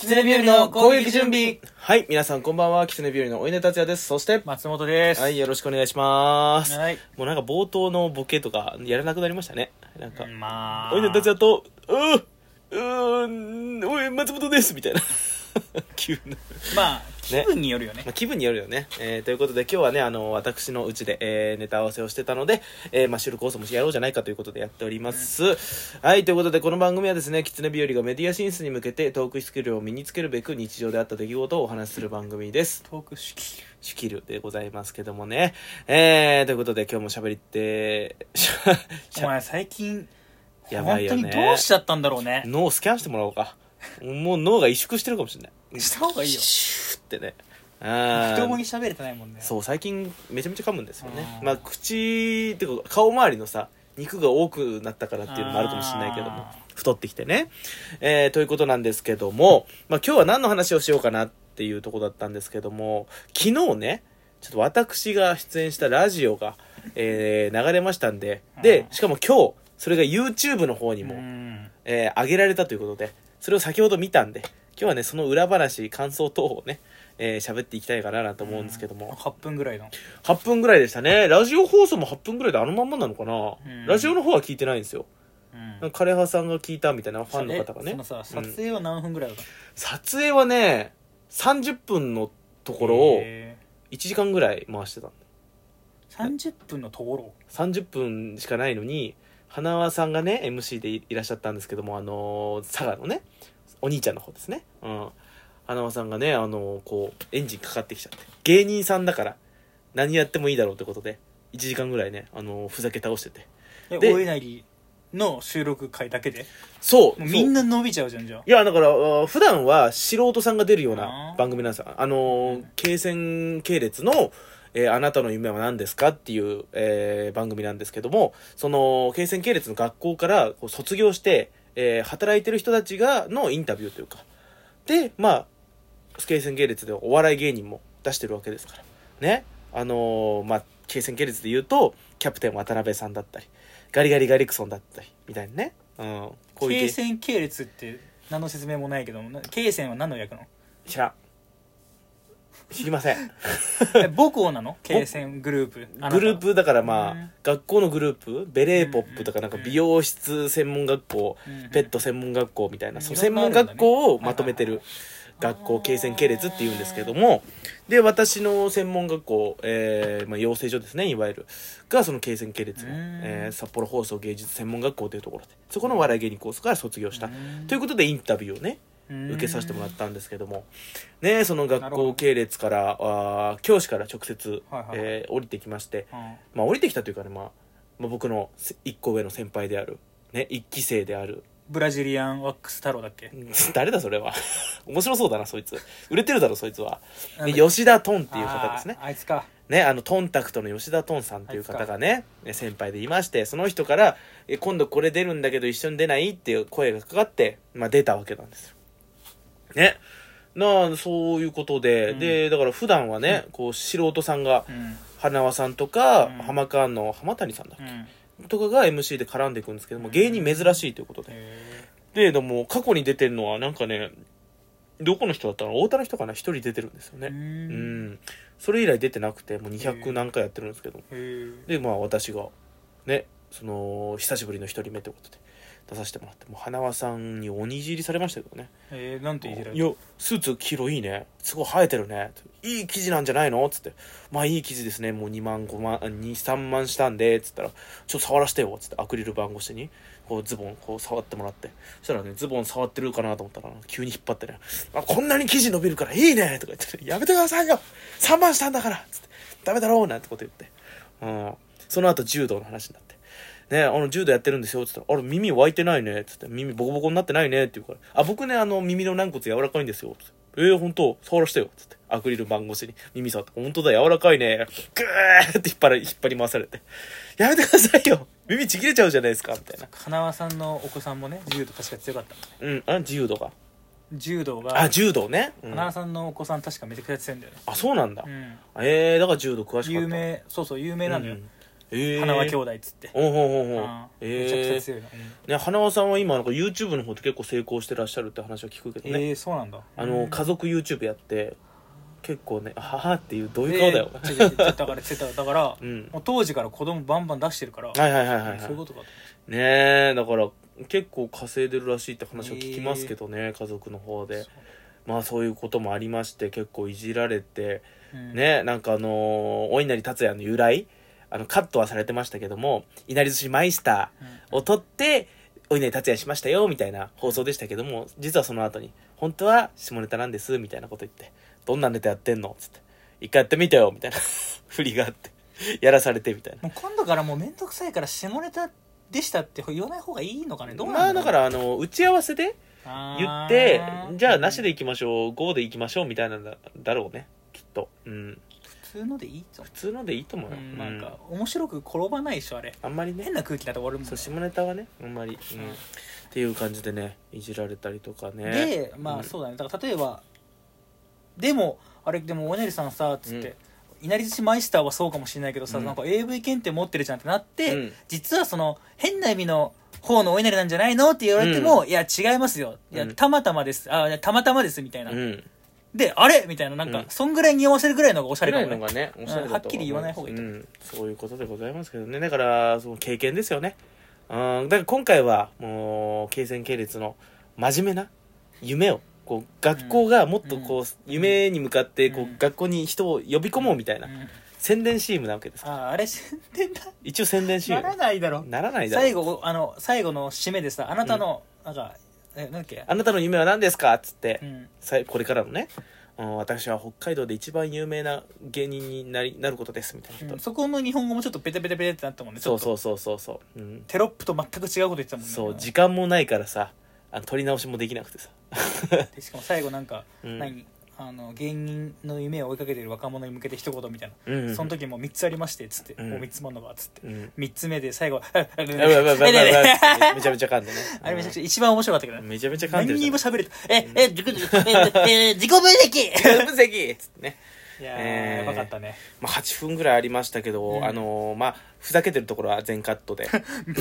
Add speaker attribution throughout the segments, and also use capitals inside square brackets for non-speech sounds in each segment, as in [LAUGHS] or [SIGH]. Speaker 1: 狐日和の攻撃準備
Speaker 2: はい、皆さんこんばんは、キツネ日和のお稲達也です。そして、
Speaker 1: 松本です。
Speaker 2: はい、よろしくお願いします。
Speaker 1: はい
Speaker 2: もうなんか冒頭のボケとかやらなくなりましたね。なんか、
Speaker 1: まあ。
Speaker 2: お稲達也と、うー、うーん、おい、松本ですみたいな。 [LAUGHS] 急な。
Speaker 1: まあ、気分によるよね
Speaker 2: まあ、。気分によるよね、えーということで今日はねあの私のうちで、えーネタ合わせをしてたので、えーまあ、収録放送もやろうじゃないかということでやっております、はいということでこの番組はですね狐日和がメディア進出に向けてトークスキルを身につけるべく日常であった出来事をお話しする番組です
Speaker 1: トーク式。
Speaker 2: シュキルでございますけどもねえー、ということで今日も喋りってしゃ
Speaker 1: お前最近、
Speaker 2: [LAUGHS] やばいよね
Speaker 1: 本当にどうしちゃったんだろうね。
Speaker 2: 脳をスキャンしてもらおうかもう脳が萎縮してるかもしれない
Speaker 1: した方がいいよ。
Speaker 2: シューってねあー
Speaker 1: 人もに喋れてないもんね。
Speaker 2: そう最近めちゃめちゃ噛むんですよね
Speaker 1: あー
Speaker 2: まあ口っていうか顔周りのさ肉が多くなったからっていうのもあるかもしれないけども
Speaker 1: あ
Speaker 2: 太ってきてね、えーということなんですけども、まあ、今日は何の話をしようかなっていうとこだったんですけども昨日ねちょっと私が出演したラジオが、えー流れましたんでで
Speaker 1: うん
Speaker 2: しかも今日それが YouTube の方に
Speaker 1: う
Speaker 2: も、
Speaker 1: ん。
Speaker 2: えー上げられたということで、それを先ほど見たんで、今日はね、その裏話、感想等をね、えー喋っていきたいかなと思うんですけども、
Speaker 1: 8分ぐらいの。
Speaker 2: 8分ぐらいでしたね。ラジオ放送も8分ぐらいであのまんまなのかな、
Speaker 1: うん
Speaker 2: ラジオの方は聞いてないんですよ。
Speaker 1: うん
Speaker 2: なんか枯葉さんが聞いたみたいなファンの方が
Speaker 1: え
Speaker 2: ね
Speaker 1: その。さ、
Speaker 2: う
Speaker 1: 撮
Speaker 2: ん
Speaker 1: 影は何分ぐらいだったの
Speaker 2: 撮影はね、30分のところを
Speaker 1: へ
Speaker 2: 1時間ぐらい回してたんだ。
Speaker 1: ー30分のところ。
Speaker 2: 30分しかないのに、花輪さんがね、MC でいいらっしゃったんですけども、あのー佐賀のね、お兄ちゃんの方ですね。うん。花輪さんがね、あのーこう、エンジンかかってきちゃって。芸人さんだから、何やってもいいだろうってことで、1時間ぐらいね、あのーふざけ倒してて。
Speaker 1: で、
Speaker 2: で
Speaker 1: 大稲荷の収録会だけで。
Speaker 2: そう
Speaker 1: もう
Speaker 2: そう
Speaker 1: みんな伸びちゃうじゃん、じゃあ。
Speaker 2: いや、だから、あー普段は素人さんが出るよう
Speaker 1: あ
Speaker 2: な
Speaker 1: ー
Speaker 2: 番組なんですよ。あのー、経線系列の、えーあなたの夢は何ですかっていう、えー番組なんですけども、その、経線系列の学校からこう卒業して、えー働いてる人たちが、のインタビューというか。で、まあ、経線系列ではお笑い芸人も出してるわけですから。ね。あのーまあ、経線系列で言うと、キャプテン渡辺さんだったり、ガリガリガリクソンだったり、みたいなね。うん。こういう
Speaker 1: 経
Speaker 2: 系
Speaker 1: 線系列って何の説明もないけどもな経線は何の略なの
Speaker 2: 知らん知りま
Speaker 1: [LAUGHS]
Speaker 2: せん
Speaker 1: え母校なの経線グループ
Speaker 2: グルー
Speaker 1: あ
Speaker 2: プだからまあ、
Speaker 1: うん
Speaker 2: 学校のグループベレーポップとか
Speaker 1: うん
Speaker 2: な
Speaker 1: うんん
Speaker 2: か美容室専門学校、
Speaker 1: なたうん
Speaker 2: ペット専門学校みたいな、
Speaker 1: うん
Speaker 2: その
Speaker 1: いろ
Speaker 2: 専
Speaker 1: んなあ
Speaker 2: 門
Speaker 1: るんだね
Speaker 2: 学校をまとめてる学校経線系列っていうんですけどもで私の専門学校、えーまあ、養成所ですねいわゆるがその経線系列の、
Speaker 1: うん
Speaker 2: えー札幌放送芸術専門学校というところでそこの笑い芸人コースから卒業した、
Speaker 1: うん
Speaker 2: ということでインタビューをね受けさせてもらったんですけども、ね、その
Speaker 1: な
Speaker 2: 学
Speaker 1: るほど
Speaker 2: 校系列からあー教師から直接、
Speaker 1: はいはい
Speaker 2: えー降りてきまして、
Speaker 1: うん
Speaker 2: まあ、降りてきたというかね、まあまあ、僕のせ一個上の先輩である、ね、一期生である [LAUGHS]
Speaker 1: ブラジリアンワックス太郎だっけ
Speaker 2: 誰だそれは [LAUGHS] 面白そうだなそいつ売れてるだろそいつは
Speaker 1: なん
Speaker 2: で
Speaker 1: だ
Speaker 2: 吉田トンっていう方ですね
Speaker 1: あーあいつか
Speaker 2: ね、あのトンタクトの吉田トンさんっていう方がねね先輩でいましてその人から「え今度これ出るんだけど一緒に出ない?」っていう声がかかって、まあ、出たわけなんですよ。ねなあそういうことで、
Speaker 1: うん
Speaker 2: でだから普段はね、こう素人さんが
Speaker 1: うん
Speaker 2: 花輪さんとか、
Speaker 1: うん
Speaker 2: 浜川の浜谷さんだっ
Speaker 1: う
Speaker 2: け、
Speaker 1: ん
Speaker 2: とかが MC で絡んでいくんですけども芸人珍しいということで、
Speaker 1: へ
Speaker 2: ででも過去に出てるのはなんかねどこの人だったの太田の人かな一人出てるんですよね
Speaker 1: ーう、
Speaker 2: うんん、それ以来出てなくてもう
Speaker 1: へえ
Speaker 2: 200何回やってるんですけど、
Speaker 1: へえ
Speaker 2: でまあ私がねその久しぶりの一人目ってことで出させてもらってもう花輪さんに鬼いじりされましたけどね
Speaker 1: えーなんて言ってた
Speaker 2: いやスーツ黄色いいねすごい生えてるねいい生地なんじゃないのっつってまあいい生地ですねもう2万5万23万したんでっつったらちょっと触らせてよっつってアクリル板越しにこうズボンこう触ってもらってそしたらねズボン触ってるかなと思ったら急に引っ張ってねあこんなに生地伸びるからいいねとか言ってね、やめてくださいよ3万したんだからっつってダメだろうなんてこと言ってうんその後柔道の話になってね、あの、柔道やってるんですよ、つったら、あれ、耳湧いてないね、つって、耳ボコボコになってないね、って言うから、あ、僕ね、あの、耳の軟骨柔らかいんですよ、つって。えー、本当触らしてよ、つって。アクリル板越しに耳触って、本当だ、柔らかいね。ぐーって引っ張ら、引っ張り回されて。やめてくださいよ耳ちぎれちゃうじゃないですか、みたいな。
Speaker 1: 花輪さんのお子さんもね柔道確か強かった
Speaker 2: うん、あ、柔道か。
Speaker 1: 柔道が
Speaker 2: あ、柔道ね。うん、
Speaker 1: 花輪
Speaker 2: あ、
Speaker 1: さんのお子さん確かめちゃくちゃ強いんだよね
Speaker 2: そうなんだ
Speaker 1: う。ん
Speaker 2: えー、だから柔道詳しかった。
Speaker 1: 有名そうそう有名なのよ
Speaker 2: うんええ
Speaker 1: 花輪兄弟っつって、
Speaker 2: おうほうほうほう
Speaker 1: あーめちゃくち
Speaker 2: え
Speaker 1: ゃ強いの、うん
Speaker 2: えね花輪さんは今なんか YouTube の方で結構成功してらっしゃるって話は聞くけどね、
Speaker 1: えー、そうなんだ
Speaker 2: あの家族 YouTube やって結構ね「母」っていうどう
Speaker 1: え
Speaker 2: いう顔だよ、
Speaker 1: ー違う違う違うだから違うだから、
Speaker 2: うん
Speaker 1: もう当時から子供バンバン出してるから、
Speaker 2: はいはいはいはい、
Speaker 1: そういうことかと
Speaker 2: ねえだから結構稼いでるらしいって話を聞きますけどね、家族の方でまあそういうこともありまして結構いじられて、
Speaker 1: うん
Speaker 2: ねなんかあのーお稲荷達也の由来あのカットはされてましたけどもいなり寿司マイスターを取って、お稲荷達也しましたよみたいな放送でしたけども実はその後に「本当は下ネタなんです」みたいなこと言って「どんなネタやってんの?」っつって「一回やってみてよ」みたいな [LAUGHS] 振りがあってやらされてみたいな。
Speaker 1: もう今度からもう面倒くさいから下ネタでしたって言わない方がいいのかねどう
Speaker 2: ま
Speaker 1: な
Speaker 2: あ
Speaker 1: ん
Speaker 2: だ
Speaker 1: だろ
Speaker 2: か
Speaker 1: う、
Speaker 2: らあの打ち合わせで言
Speaker 1: あ
Speaker 2: っ
Speaker 1: ー
Speaker 2: てじゃあなしで行きましょう GO で行きましょうみたいなんだだろうねきっとうん
Speaker 1: 普通のでいいと思
Speaker 2: 普通のでいいと思う
Speaker 1: う、
Speaker 2: よ、
Speaker 1: うん、
Speaker 2: な
Speaker 1: なんん
Speaker 2: か
Speaker 1: か面白く転ばないでしょあれ
Speaker 2: あんまりね
Speaker 1: 変な空気だと終わるもん
Speaker 2: そう
Speaker 1: ね
Speaker 2: 下ネタはねあんまり、うん
Speaker 1: うん
Speaker 2: っていう感じでねいじられたりとかね
Speaker 1: でま
Speaker 2: うん
Speaker 1: あそうだねだから例えばでもあれでもおねりさんさっつって、いなり寿司マイスターはそうかもしれないけどさ、
Speaker 2: うん
Speaker 1: なんか AV 検定持ってるじゃんってなって、
Speaker 2: うん
Speaker 1: 実はその変な意味の方のお稲荷なんじゃないのって言われても、いや違いますよいや、
Speaker 2: うん
Speaker 1: たまたまですあいやたまたまですみたいな、
Speaker 2: うん
Speaker 1: であれみたいななんか、
Speaker 2: うん
Speaker 1: そんぐらいに匂わせるぐらいの方がおしゃれ
Speaker 2: ぐ
Speaker 1: からも
Speaker 2: いの
Speaker 1: ね
Speaker 2: がねおしゃれだと思います
Speaker 1: はっきり言わない方がいいと
Speaker 2: うん、そういうことでございますけどねだからその経験ですよねうんだから今回はもう経線系列の真面目な夢をこう学校がもっとこう、夢に向かってこう、
Speaker 1: うん
Speaker 2: 学校に人を呼び込もうみたいな、
Speaker 1: うん
Speaker 2: 宣伝 CM なわけです
Speaker 1: ああれ宣伝だ
Speaker 2: 一応宣伝 CM
Speaker 1: な
Speaker 2: な
Speaker 1: らないだろ
Speaker 2: らないだろ
Speaker 1: 最後あの最後の締めでさあなたの、なんかえなんだっけ
Speaker 2: あなたの夢は何ですかっつって、
Speaker 1: うん
Speaker 2: さいこれからのね、うん、私は北海道で一番有名な芸人になりなることですみたいなこと、
Speaker 1: うんそこの日本語もちょっとペタペタペタってなったもんね
Speaker 2: そう
Speaker 1: う
Speaker 2: そうそうそうそう、うん、
Speaker 1: テロップと全く違うこと言ってたもんね
Speaker 2: そう時間もないからさあの撮り直しもできなくてさ、 [LAUGHS]
Speaker 1: でしかも最後なんか、
Speaker 2: うん
Speaker 1: 何あの芸人の夢を追いかけてる若者に向けて一言みたいな、
Speaker 2: うん
Speaker 1: その時もう3つありましてっつって、
Speaker 2: うん
Speaker 1: もう3つもんのがっつって、
Speaker 2: うん、
Speaker 1: 三3つ目で最後あれ
Speaker 2: やばいやばいやばいやばいやばいやばいめちゃめちゃ噛んでね
Speaker 1: あれめちゃくちゃ一番面白かったけど
Speaker 2: うん
Speaker 1: ね
Speaker 2: めちゃめちゃ噛んで
Speaker 1: 何
Speaker 2: るじ
Speaker 1: に
Speaker 2: ゃ
Speaker 1: も
Speaker 2: ん
Speaker 1: 喋れたええ自己ええ自己分析
Speaker 2: 無責っつってね
Speaker 1: いやー、
Speaker 2: えー
Speaker 1: やばかったね
Speaker 2: まあ、8分ぐらいありましたけど、
Speaker 1: うん
Speaker 2: あのーまあふざけてるところは全カッ
Speaker 1: [LAUGHS]
Speaker 2: トで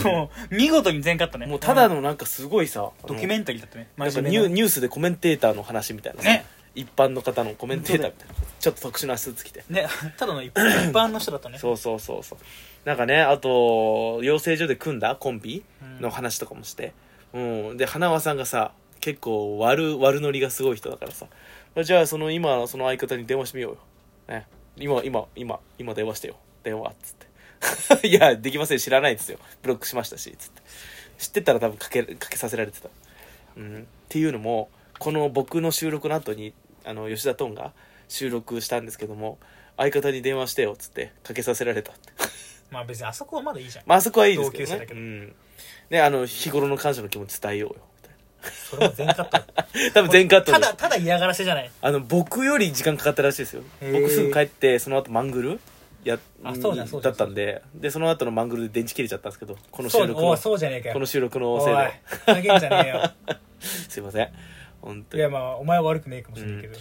Speaker 1: もう見事に全勝ったね
Speaker 2: もうただ
Speaker 1: ん
Speaker 2: のなんかすごいさ
Speaker 1: ドキュメンタリーだったね
Speaker 2: なんか
Speaker 1: 真
Speaker 2: ニュ
Speaker 1: 面
Speaker 2: ー
Speaker 1: 目な
Speaker 2: ニュースでコメンテーターの話みたいな、
Speaker 1: ね
Speaker 2: 一般の方のコメンテーターみたいなちょっと特殊なスーツ着て
Speaker 1: ねただの一般一般の人だったね
Speaker 2: そうそうそうそうなんかねあと養成所で組んだコンビ
Speaker 1: うん
Speaker 2: の話とかもして、うんで花輪さんがさ結構悪悪ノリがすごい人だからさじゃあその今その相方に電話してみようよ、ね、今今今今電話してよ電話っつって [LAUGHS] いやできません知らないですよブロックしましたしつって知ってたら多分かけかけさせられてた、うん、っていうのもこの僕の収録の後にあの吉田トンが収録したんですけども相方に電話してよっつってかけさせられたって
Speaker 1: まあ別にあそこはまだいいじゃん
Speaker 2: まああそこはいいですけ
Speaker 1: 同級
Speaker 2: ど
Speaker 1: 生
Speaker 2: ね
Speaker 1: だけ
Speaker 2: う
Speaker 1: ど
Speaker 2: ん、ねあの日頃の感謝の気持ち伝えようよみたい
Speaker 1: それも全カット
Speaker 2: な多分 [LAUGHS] 全カットで
Speaker 1: ただただ嫌がらせじゃない
Speaker 2: あの僕より時間かかったらしいですよ
Speaker 1: へー
Speaker 2: 僕すぐ帰ってその後マングルや
Speaker 1: あそうだそう
Speaker 2: だ
Speaker 1: だ
Speaker 2: ったんででその後のマングルで電池切れちゃったんですけどこの
Speaker 1: そ
Speaker 2: 収
Speaker 1: う
Speaker 2: 録
Speaker 1: お
Speaker 2: の
Speaker 1: いそうじゃねえかよ
Speaker 2: この収録の
Speaker 1: お
Speaker 2: せい
Speaker 1: い
Speaker 2: で
Speaker 1: ふざけんじゃねえよ
Speaker 2: [LAUGHS] すいません本当
Speaker 1: い
Speaker 2: に
Speaker 1: やまあお前は悪くねえかもしれないけど、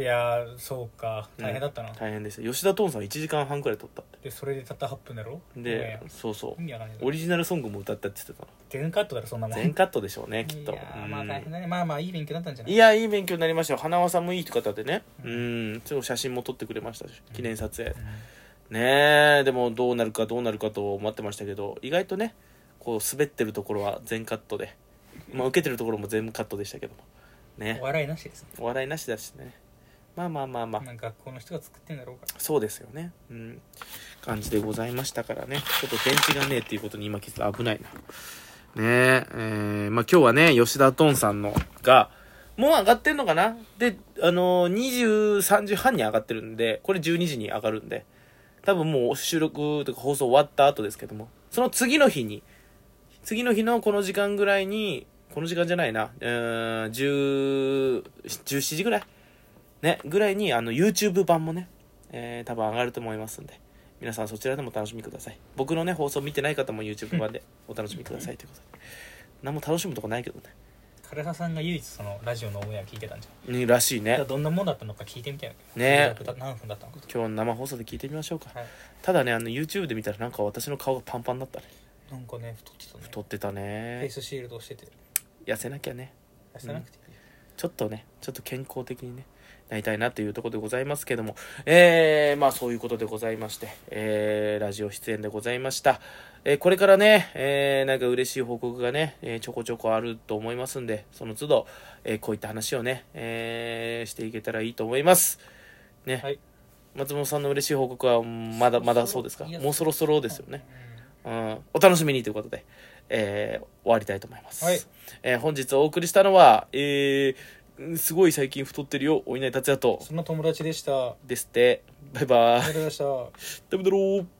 Speaker 1: いやーそうか大変だったな、
Speaker 2: うん大変でした吉田トンさん1時間半くらい撮ったって
Speaker 1: でそれでたった8分だろ
Speaker 2: で
Speaker 1: お前
Speaker 2: そうそう
Speaker 1: 意味わかんない
Speaker 2: オリジナルソングも歌ったって言ってた
Speaker 1: 全カットだろそんなも [LAUGHS]
Speaker 2: なん全カットでしょうねきっと
Speaker 1: いやーまあ
Speaker 2: うん
Speaker 1: 大変だねまあまあいい勉強だったんじゃない
Speaker 2: いやいい勉強になりましたよ花輪さんもいい方でねうんちょっと写真も撮ってくれましたし記念撮影、ねえでもどうなるかどうなるかと思ってましたけど意外とねこう滑ってるところは全カットで、まあ、受けてるところも全カットでしたけども
Speaker 1: うん
Speaker 2: ね
Speaker 1: お笑いなしですね
Speaker 2: お笑いなしだしねまあまあまあまあ
Speaker 1: なんか学校の人が作ってんだろうから
Speaker 2: そうですよねうん感じでございましたからねちょっと電池がねえっていうことに今気づいた危ないなねええーまあ今日はね吉田トンさんのがもう上がってんのかなであのー、23時半に上がってるんでこれ12時に上がるんで多分もう収録とか放送終わった後ですけどもその次の日に次の日のこの時間ぐらいにこの時間じゃないなうーん10 17時ぐらいねぐらいにあの YouTube 版もねえー多分上がると思いますんで皆さんそちらでもお楽しみください僕のね放送見てない方も YouTube 版でお楽しみくださいということで何も楽しむとこないけどね
Speaker 1: 唐沢さんが唯一そのラジオのオンエア聞いてたんじゃ
Speaker 2: にらしい
Speaker 1: んい
Speaker 2: ね
Speaker 1: やどんなもんだったのか聞いてみたいな
Speaker 2: ね
Speaker 1: どれだった何分だったのかと
Speaker 2: 今日の生放送で聞いてみましょうか
Speaker 1: はい
Speaker 2: ただねあの YouTube で見たらなんか私の顔がパンパンだったね
Speaker 1: なんかね太ってたね
Speaker 2: 太ってた
Speaker 1: フェ
Speaker 2: ね
Speaker 1: イスシールドをしてて
Speaker 2: 痩せなきゃね
Speaker 1: 痩せなくていいよ、
Speaker 2: ちょっとねちょっと健康的にねなりたいなというところでございますけどもえー、まあそういうことでございましてえー、ラジオ出演でございましたえーこれからね、えーなんか嬉しい報告がね、えーちょこちょこあると思いますんで、その都度、えーこういった話をね、えーしていけたらいいと思います。ね、
Speaker 1: はい
Speaker 2: 松本さんの嬉しい報告は、まだまだそうですか
Speaker 1: いや
Speaker 2: もうそろそろですよね。うん、お楽しみにということで、えー終わりたいと思います、
Speaker 1: はい
Speaker 2: えー本日お送りしたのは、えーうんすごい最近太ってるよお稲荷達也と
Speaker 1: そんな友達でしたあ
Speaker 2: ですってバイバ
Speaker 1: りがとう
Speaker 2: イ
Speaker 1: ございました
Speaker 2: 食べだろう